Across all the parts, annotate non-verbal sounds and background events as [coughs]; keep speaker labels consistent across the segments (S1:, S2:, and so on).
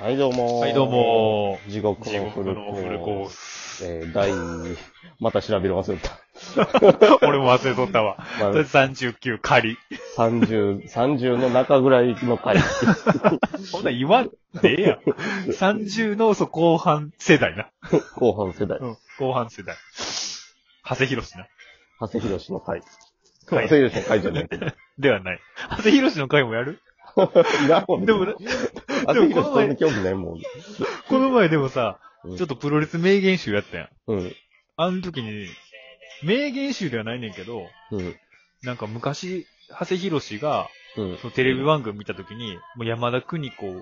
S1: はい、どうもー。
S2: はい、どうも
S1: 地獄
S2: 地
S1: のフ
S2: 獄
S1: ル
S2: の
S1: コ
S2: フルコ
S1: ー
S2: ー
S1: ス。
S2: ス。
S1: えー、第2、また調べる忘
S2: [laughs]
S1: れた。
S2: 俺も忘れとったわ。
S1: まあ
S2: 39仮。
S1: 30、30の中ぐらいの回。 [laughs]
S2: そんなん言わんでええやん。30の [laughs] そ後半世代な。
S1: 後半世代。
S2: うん、後半世代。長谷博士な。
S1: 長谷博士の回。長
S2: はい
S1: 谷博士の回じゃない。
S2: [laughs] ではない。長谷博士の回もやる
S1: いらんわ
S2: でも
S1: 長
S2: な、
S1: 谷
S2: でも
S1: 博
S2: こ
S1: 士
S2: の
S1: そ
S2: 前
S1: んな興味ないもん。
S2: この前でもさ、
S1: うん
S2: ちょっとプロレス名言集やったやん。
S1: うん。
S2: あの時に、名言集ではないねんけど、
S1: うん。
S2: なんか昔、長谷博士が、
S1: うん。
S2: そのテレビ番組見た時に、もう山田邦子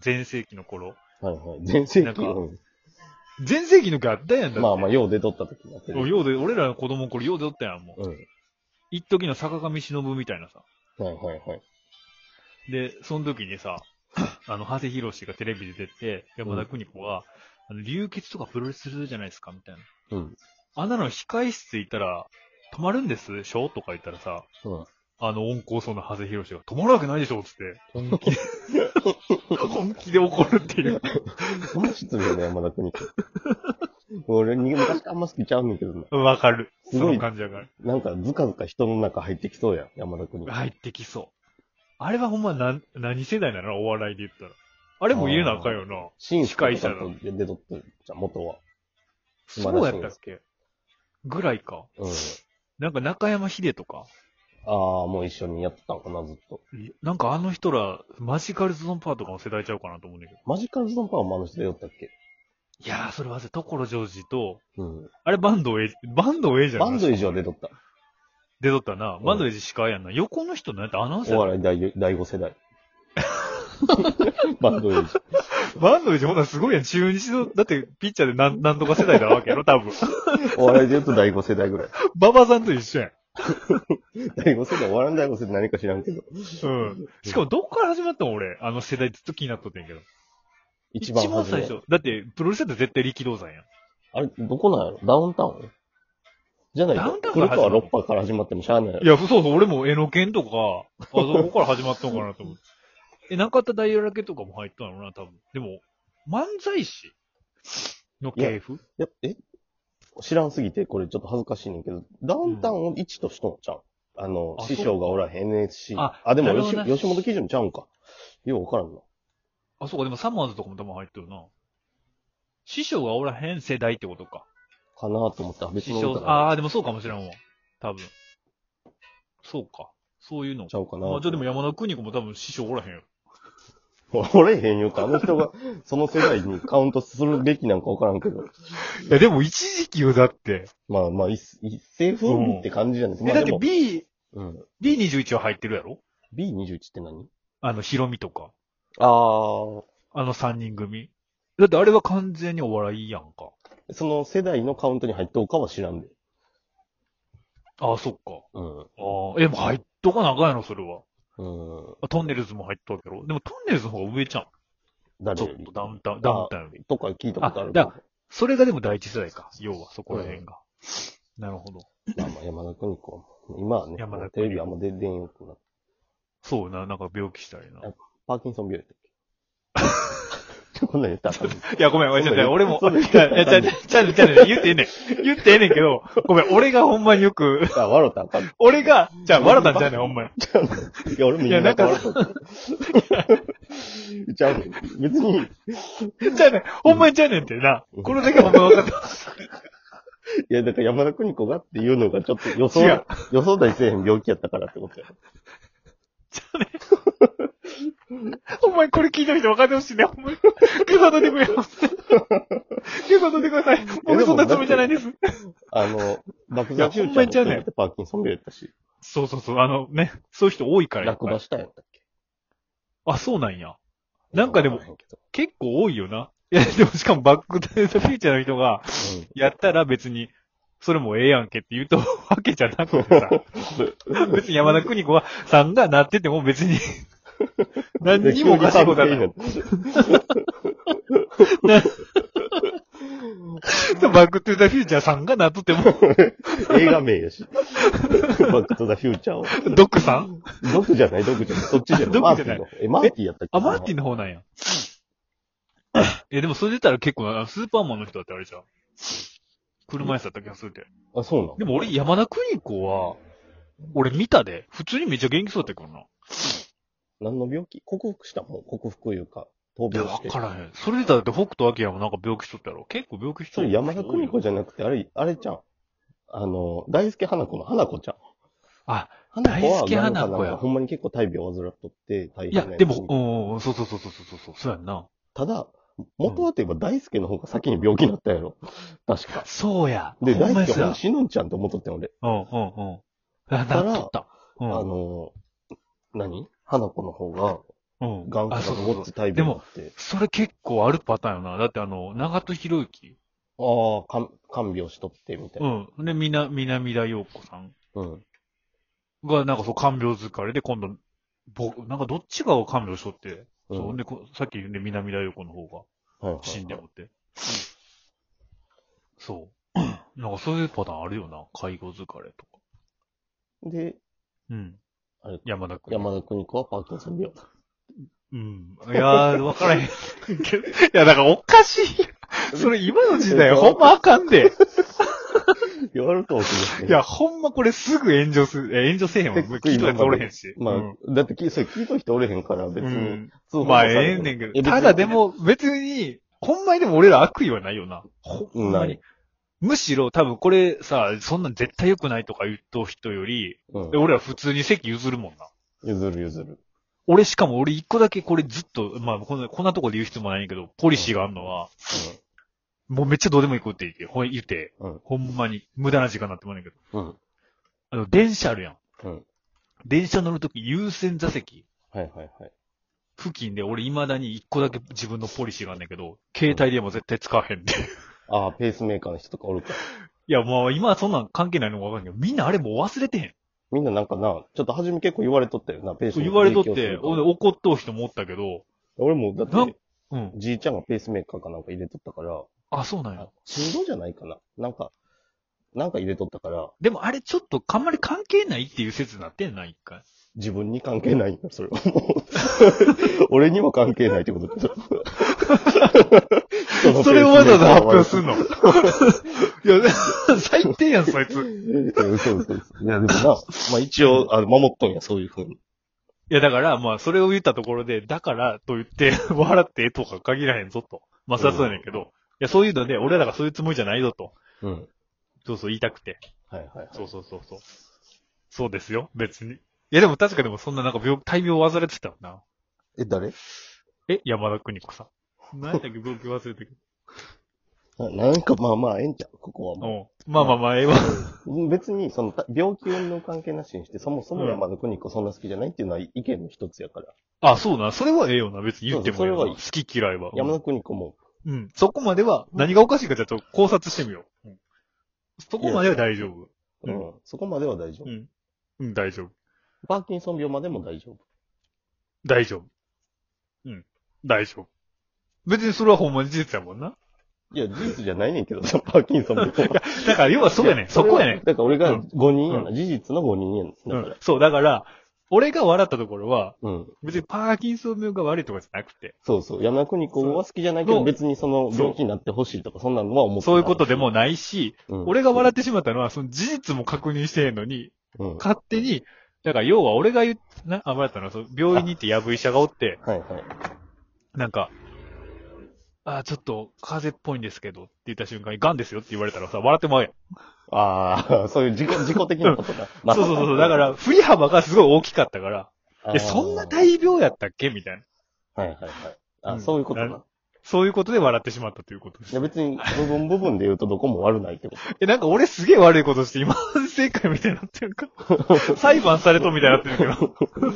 S2: 全盛期の頃、
S1: はいはい。全盛
S2: なん
S1: 期。
S2: か
S1: うん
S2: 全盛期の時あったやんだって。
S1: まあまあ、よう出とった時だけど。
S2: おようで、俺らの子供の頃ようでおったやん、もう。
S1: うん。
S2: 一時の坂上忍みたいなさ。
S1: はいはいはい。
S2: で、その時にさ、 [coughs] あの、長谷博士がテレビで出て、山田邦子が、あの、流血とかプロレスするじゃないですか、みたいな。
S1: うん。
S2: あんなの控え室いたら、止まるんですでしょとか言ったらさ、
S1: うん。
S2: あの、温厚そうな長谷博士が、止まるわけないでしょっつって、本気で、 [laughs] 本気で怒るっていう。
S1: そんな失礼ね、山田邦子。 [laughs] 俺、昔からあんま好きちゃうねんだけどな。
S2: わかる。
S1: す
S2: そ
S1: ごい
S2: の感じやから。
S1: なんか、ずかずか人の中入ってきそうやん、山田邦子。
S2: 入ってきそう。あれはほんまなん、何世代なのお笑いで言ったら。あれも入れなあかんよな。
S1: 新司会
S2: 司
S1: 者
S2: 会者
S1: と出とったじゃん、元は。今
S2: そう
S1: だ
S2: や
S1: そう
S2: った
S1: で
S2: っ
S1: す
S2: けぐらいか。
S1: うん。
S2: なんか中山秀とか。
S1: ああ、もう一緒にやってたんかな、ずっと。
S2: なんかあの人ら、マジカルゾンパーとかの世代ちゃうかなと思うんだけど。
S1: マジカルズドンパワーもあの人出よったっけ
S2: いやー、それはせ、所ジョージと、
S1: うん。
S2: あれバンドエイジ、バンドエイジや
S1: バ
S2: な
S1: ンド以上出とった。
S2: 出とったな。
S1: ん
S2: バンドエイジ司会やんな。横の人なんてアナウンサ
S1: お
S2: ーや
S1: 笑い第第5世代。 [laughs] バンドエイジ。
S2: んバンドエイジほんならすごいやん。中日の、だってピッチャーでなん、なんとか世代なわけやろ多 [laughs] 分。
S1: お笑いで言うと第5世代ぐらい。
S2: 馬場さんと一緒やん。
S1: 第5世代、お笑いの第5世代何か知らんけど。
S2: うん。しかもどっから始まったの俺、あの世代ずっと気になっとってんけど。
S1: 一番初め。
S2: 最初。だって、プロレスだって絶対力道山やん。
S1: あれ、どこなんやろダウンタウンじゃない
S2: ダ
S1: か
S2: ウンタウ。ン
S1: 古
S2: から始まる
S1: 川ロッパから始まってもしゃあないや
S2: い
S1: ろ。
S2: や、そうそう、俺も江ノ剣とか、あそこから始まったのかなと [laughs] 思って。え、なかったダイヤラケとかも入ったのな、多分。でも、漫才師の系譜
S1: いや、え知らんすぎて、これちょっと恥ずかしいねんけど、ダウンタウンを1としとんちゃう、あの、
S2: あ
S1: 師匠がおらへん NSC。あ
S2: あ、
S1: でも
S2: なるほ
S1: 吉
S2: どな
S1: 吉本基準ちゃうんか。ようわからんな。
S2: あ、そうか、でもサマーズとかも多分入ってるな。師匠がおらへん世代ってことか。
S1: かなと思ったら別
S2: 師
S1: の
S2: 匠
S1: 歌、が
S2: ああ、でもそうかもしれんわ。多分。そうか。そういうの
S1: ち。ゃうかな。
S2: まあ、じゃあでも山田邦子も多分師匠おらへんよ。
S1: おれへんよと、あの人が [laughs] その世代にカウントするべきなんかわからんけど。
S2: いや、でも一時期よ、だって。
S1: まあまあ、一一世風靡って感じじゃないですか。ま
S2: え、だ
S1: あ
S2: っ
S1: で
S2: て
S1: も、
S2: B、
S1: うん。
S2: B21 は入ってるやろ
S1: B21 って何
S2: あの、ヒロミとか。
S1: ああ、
S2: あの三人組。だってあれは完全にお笑いやんか。
S1: その世代のカウントに入っとうかは知らんで。
S2: ああ、そっか。
S1: うん。
S2: ああ、え、でも入っとかなあかんやろ、それは。
S1: うん。
S2: あトンネルズも入っとるけど。でもトンネルズの方が上じゃん。ち
S1: 誰
S2: ょ
S1: よ
S2: っ
S1: り
S2: とダウンタウン、ダウンタウンより。
S1: とか聞いたことある
S2: あだからそれがでも第一世代か。要は、そこら辺が。なるほど。
S1: まあまあ、山田邦子。今はね、
S2: 山田邦子
S1: テレビあんま出出んよくなって。
S2: そうな、なんか病気したりな。い
S1: パーキンソン病や
S2: [laughs]
S1: ったっけこんなん言ったらあかんね
S2: や、ごめん、ごめん、ちょっと俺も、いや、いやちゃうちゃうちゃうちゃう言ってええねん。言ってええねんけど、ごめん、俺がほんまによく、
S1: あ、笑ったらあかん。
S2: 俺が、じゃあ、笑ったんじゃうねん、ほんまに。
S1: いや、俺も言
S2: いやなんか
S1: 笑った。ちゃうねん別に、
S2: じゃあねん、ほんまにちゃうねんってな。これだけほんま分かった。
S1: いや、だから山田邦子がっていうのがちょっと予想
S2: 違う、
S1: 予想だにせえへん病気やったからってことや。
S2: ほんまにこれ聞いてる人分かってほしいね。ほんまに。ゲソ出てくれよ。ゲソ出てください。僕そんなつもりじゃないです。
S1: あの、爆
S2: い
S1: 弾
S2: や
S1: 中
S2: ほんまにちゃうねん
S1: ってパーキンソン病やったし、
S2: そうそうそう。あのね、そういう人多いからやっ
S1: 落
S2: ぱ
S1: 馬
S2: り。
S1: したんやったっけ
S2: あ、そうなんや。なんかでも
S1: わらへんけど
S2: 結構多いよな。いや、でもしかもバックトゥーザフューチャーの人が、やったら別に、それもええやんけって言うとわけじゃなくてさ。別に山田邦子は、さんがなってても別
S1: [laughs]
S2: に、何
S1: で
S2: にもおかしいことはない。
S1: 急に
S2: バックトゥーザフューチャーさんがなっとっても、
S1: 映画名や
S2: [laughs]
S1: し。バックトゥザフューチャーを。
S2: ドックさん
S1: 毒じゃない、毒じゃない。そっちじゃない。マ
S2: 毒
S1: ー
S2: じ
S1: ティ
S2: ゃない
S1: ンの。え、マーティやったっけ
S2: あ、マーテ
S1: ン
S2: ィンの方なんや。え、でもそれ出たら結構な、スーパーマンの人だってあれじゃん。車椅子だった気がするで。
S1: あ、そうなの
S2: でも俺、山田邦子は、俺見たで。普通にめっちゃ元気そうだったけどな。
S1: 何の病気克服したもん。克服いうか、闘
S2: いや、
S1: 病
S2: わ
S1: して。
S2: からへん。それ出たらだって北斗晶もなんか病気しとったやろ。結構病気し
S1: そ
S2: とる
S1: れ山田邦子
S2: ゃ
S1: じゃなくて、あれ、あれちゃん。あの、大輔花子の花子ちゃん。
S2: あ、
S1: 花子は
S2: 大輔花子や
S1: なんかなんかほんまに結構大病を患っとって、大
S2: いや、
S1: 変な
S2: でも
S1: つ、
S2: うんうん、そうそうそうそうそうそう、そうやんな。
S1: ただ、元はといえば大輔の方が先に病気になったやろ。確か。
S2: そうや。
S1: で、
S2: ほ
S1: 大
S2: んまや
S1: 輔
S2: そう
S1: は
S2: や。
S1: 死ぬんちゃんと思っとってん俺。
S2: うんうんうん。あ、
S1: から
S2: なっとった。う
S1: あ
S2: ん。
S1: の、何花子の方が、
S2: うん。
S1: 眼科
S2: あ、
S1: と
S2: そう
S1: か
S2: そ
S1: ご
S2: うそ
S1: っ
S2: う
S1: つ。大
S2: で
S1: 病にな
S2: も、
S1: って。
S2: それ結構あるパターンよな。だってあの、長戸博之。
S1: ああ、看看病しとって、みたいうな。
S2: ん。で、みな、南田陽子さん
S1: うん。
S2: が、なんかそう、看病疲れで、今度、僕、なんかどっちかを看病しとって、
S1: うん
S2: そう、で、こさっき言うね、南田陽子の方が
S1: はいはいはい
S2: 死んでもって。そう。 [clears throat] なんかそういうパターンあるよな。介護疲れとか。
S1: で、
S2: うん。
S1: あれ
S2: 山田君。
S1: 山田邦子はパーキンソン病だ。
S2: うん。いやー、わからへん。 [laughs] いや、だからおかしいやん。それ今の時代、ほんまあかんで。
S1: 言われると思うけど
S2: いや、、ほんまこれすぐ炎上する。え、炎上せえへんわ。 [laughs]
S1: 結局
S2: 聞いとるやつおれへんし。
S1: まあ、
S2: うん
S1: だってき、それ聞いとる人おれへんから、別
S2: う
S1: に。
S2: ん。
S1: 通報
S2: まあ、
S1: もされ
S2: え
S1: へ
S2: えねんけ
S1: いや
S2: ど。
S1: 別に
S2: ただでも、別に、ほんまにでも俺ら悪意はないよな。ほんま
S1: な
S2: に
S1: い。
S2: むしろ多分これさ、そんなん絶対良くないとか言っとう人より、
S1: うん
S2: で俺ら普通に席譲るもんな。
S1: 譲る譲る。
S2: 俺しかも俺一個だけこれずっと、まあこんな、こんなとこで言う必要もないんやけど、ポリシーがあるのは、もうめっちゃどうでもいいこと言って、ほん言って、
S1: うん
S2: ほんまに無駄な時間になってもらうんやけど。
S1: うん。うん。
S2: あの、電車あるやん。
S1: うん。
S2: 電車乗るとき優先座席
S1: はいはいはい。
S2: 付近で俺未だに一個だけ自分のポリシーがあるんだけど、携帯でも絶対使わへんっていう。
S1: ああ、ペースメーカーの人とかおるから。
S2: いや、もう今はそんなん関係ないのもわかんないけど、みんなあれもう忘れてへん。
S1: みんななんかな、ちょっと初め結構言われとったよな、ペースメー
S2: 言
S1: カ
S2: わ
S1: ー
S2: れと
S1: に
S2: っ
S1: 影響す
S2: て
S1: る、から
S2: 俺怒っとう人もおったけど、
S1: 俺も、だ
S2: な
S1: っ
S2: ん
S1: て、
S2: うん。
S1: じいちゃんがペースメーカーかなんか入れとったから、
S2: あ、そうなんや
S1: あ。振動じゃないかな。なんか、なんか入れとったから、
S2: でもあれちょっとあんまり関係ないっていう説になってんな、一回。
S1: 自分に関係
S2: [laughs]
S1: ないんだ、それはもう。 [laughs] 俺にも関係ないってこと
S2: [laughs]
S1: だ
S2: それをわざわざ発表すんのいや、でも最低やん、そいつ。
S1: の嘘嘘嘘。いや、でもな、まあ一応、あの、守っとんや、そういうふうに。
S2: いや、だから、まあ、それを言ったところで、だからと言って、 [laughs] 笑ってとか限らへんぞと。まあ、そりゃそうやねんけど。いや、そういうので、俺らがそういうつもりじゃないぞと。
S1: うん。
S2: そうそう、言いたくて。
S1: はいはいはい。
S2: そうそうそうそう。そうですよ、別に。いや、でも確かでもそんななんか病、大病を患ってたよな。
S1: え、誰
S2: え、山田邦子さん。何だっけ、病気忘れ [laughs] てる。
S1: ななんかまあまあ、ええんちゃう、ここはも
S2: おまあまあまあ、ええわ。
S1: う。別に、その、た病気運動関係なしにして、そもそも山田邦子そんな好きじゃないっていうのは意見の一つやから。
S2: あ、そうな。それはええよな。別に言ってもええ
S1: そうそ
S2: よな
S1: うそれはいい
S2: 好き嫌いは。うん
S1: 山田邦子も、
S2: うん。そこまでは、何がおかしいかちょっと考察してみよう。うんそこまでは大丈夫。
S1: う
S2: うん
S1: ん、そこまでは大丈夫
S2: う。ん。うん、大丈夫。
S1: パーキンソン病までも大丈夫。
S2: 大丈夫。うん。大丈夫。別にそれはほんまに事実やもんな。
S1: いや、事実じゃないねんけどさ、パーキンソン病は。
S2: だから要はそうやねん。そこやねん。
S1: だから俺が
S2: うん
S1: 5人やな。事実の5人や
S2: う
S1: な。だか
S2: ん
S1: ら。。
S2: そう、だから、俺が笑ったところは、
S1: うん。
S2: 別にパーキンソン病が悪いとかじゃなくて、
S1: そうそう。山田邦子は好きじゃないけ
S2: そ
S1: ど、
S2: う
S1: 別にその
S2: そう
S1: 病気になってほしいとか、そんなのは思ってた
S2: そういうことでも、ないし、
S1: うん
S2: 俺が笑ってしまったのは、その事実も確認してへんのに、
S1: うん。は
S2: 勝手に、だから要は俺が言っな、あ、笑ったのは、その病院に行ってやぶ医者がおって、
S1: いはい。
S2: なんか、あ、ちょっと、風邪っぽいんですけど、って言った瞬間に、ガンですよって言われたらさ、笑ってまうやん。
S1: ああ、 [laughs] そういう自己、自己的なことだ。まあ
S2: そうそうそう。だか、ら、振り幅がすごい大きかったから、
S1: [laughs] あー
S2: え、そんな大病やったっけみたいな。
S1: はいはいはい。
S2: う
S1: あ
S2: ん
S1: そういうこと
S2: な
S1: な。
S2: そういうことで笑ってしまったということで
S1: いや
S2: す。
S1: 別に、部分部分で言うとどこも悪ないってこ
S2: え、なんか俺すげえ悪いことして、今、正解みたいになってるか。
S1: [laughs]
S2: 裁判されとみたいになってるけど。
S1: と。いや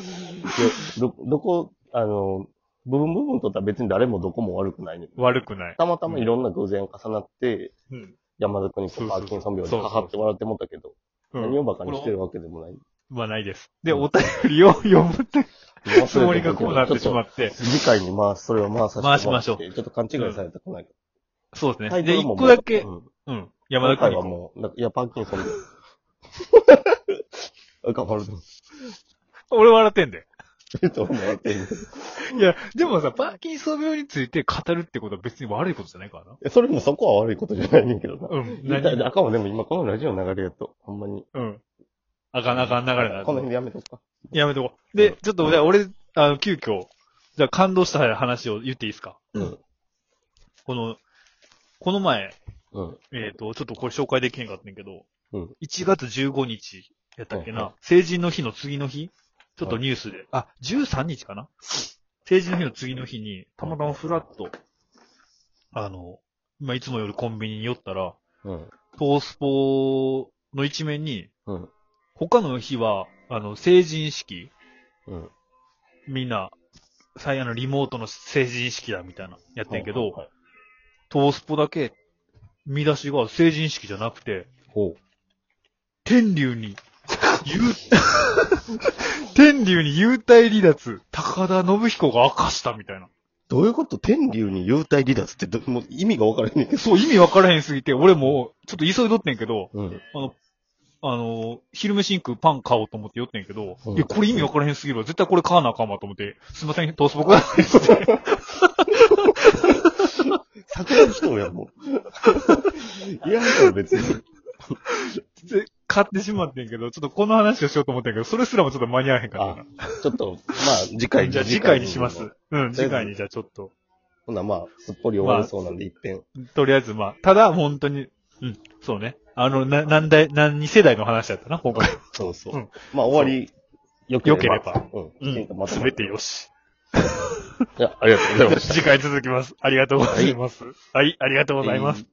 S1: ど、 [laughs] どこ、あの、部分部分とったら別に誰もどこも悪くないねん。
S2: 悪くない。
S1: たまたまいろんな偶然重なって、
S2: うん。
S1: 山田邦子、パーキンソン病でかかって笑ってもったけど、
S2: う
S1: 何を
S2: ん。
S1: 馬鹿にしてるわけでもない。
S2: はないです。で、お便りを [laughs] 読むってつもりがこうなってしま
S1: て。
S2: って。
S1: 次回に回す、それを回させてもらって。
S2: 回しましょう
S1: ちょっと勘違いされたくないか
S2: そう
S1: ら。
S2: です
S1: タ
S2: ね。
S1: イト
S2: で、
S1: ル
S2: 一
S1: も
S2: 個だけ
S1: う、ん
S2: うん。
S1: 今
S2: 山田
S1: 回
S2: 君
S1: はもう、なんかいや、パーキン [laughs] ソンで。あ、変わる。
S2: 俺笑ってんで。
S1: ると思うけど
S2: いや、でもさ、パーキンソン病について語るってことは別に悪いことじゃないからな。
S1: えそれもそこは悪いことじゃないねんけどな。
S2: うん。
S1: だ
S2: 何
S1: だあかんわ、でも今このラジオの流れやと、ほんまに。
S2: うん。あかんあかん流れだ。
S1: この辺でやめとくか。
S2: やめとこう。で、ちょっと、じゃあ俺、あの、急遽、じゃあ感動した話を言っていいですか
S1: うん。
S2: この、この前、
S1: うん。
S2: えっ、と、ちょっとこれ紹介できへんかったんやけど、
S1: うん
S2: 1月15日やったっけな、
S1: はいは
S2: 成人の日の次の日ちょっとニュースで、あ、13日かな成人の日の次の日に、たまたまフラッと、あの、今いつもよりコンビニに寄ったら、
S1: うん。
S2: トースポの一面に、
S1: うん。
S2: 他の日は、あの、成人式、
S1: うん。
S2: みんな、最あの、リモートの成人式だみたいな、やってんけど、
S1: はいはいはい
S2: トースポだけ、見出しが成人式じゃなくて、
S1: ほう。
S2: 天竜に、ゆう天竜に幽体離脱、高田信彦が明かしたみたいな。
S1: どういうこと天竜に幽体離脱ってど、もう意味が分からへんねんけど。
S2: そう、意味わからへんすぎて、俺も、ちょっと急いどってんけど、
S1: うん。
S2: あの、昼飯に食うパン買おうと思って寄ってんけど、
S1: うん
S2: いや、これ意味わからへんすぎるわ。絶対これ買わなあかんわと思って、すいません、トースポくださいって言って。
S1: 桜人や、も [laughs] う。いや、別に。
S2: で [laughs] 買ってしまってんけど、ちょっとこの話をしようと思ってんけど、それすらもちょっと間に合わへんかった
S1: あ
S2: な。、
S1: ちょっと、まあ、次回
S2: じゃあ次回にします。うん、
S1: とりあえず
S2: 次回にじゃあちょっと。
S1: ほな、まあ、すっぽり終わりそうなんで、一遍。
S2: とりあえずまあ、ただ本当に、うん、そうね。あの、な、何代、何世代の話だったな、今回。
S1: そうそう。
S2: うん
S1: まあ、終わり、よければ。
S2: よければ
S1: う。
S2: うんん
S1: ま、と
S2: す
S1: め
S2: べ
S1: て。
S2: てよし。
S1: いや、ありがとうございました。
S2: 次回続きます。ありがとうございます。はい、ありがとうございます。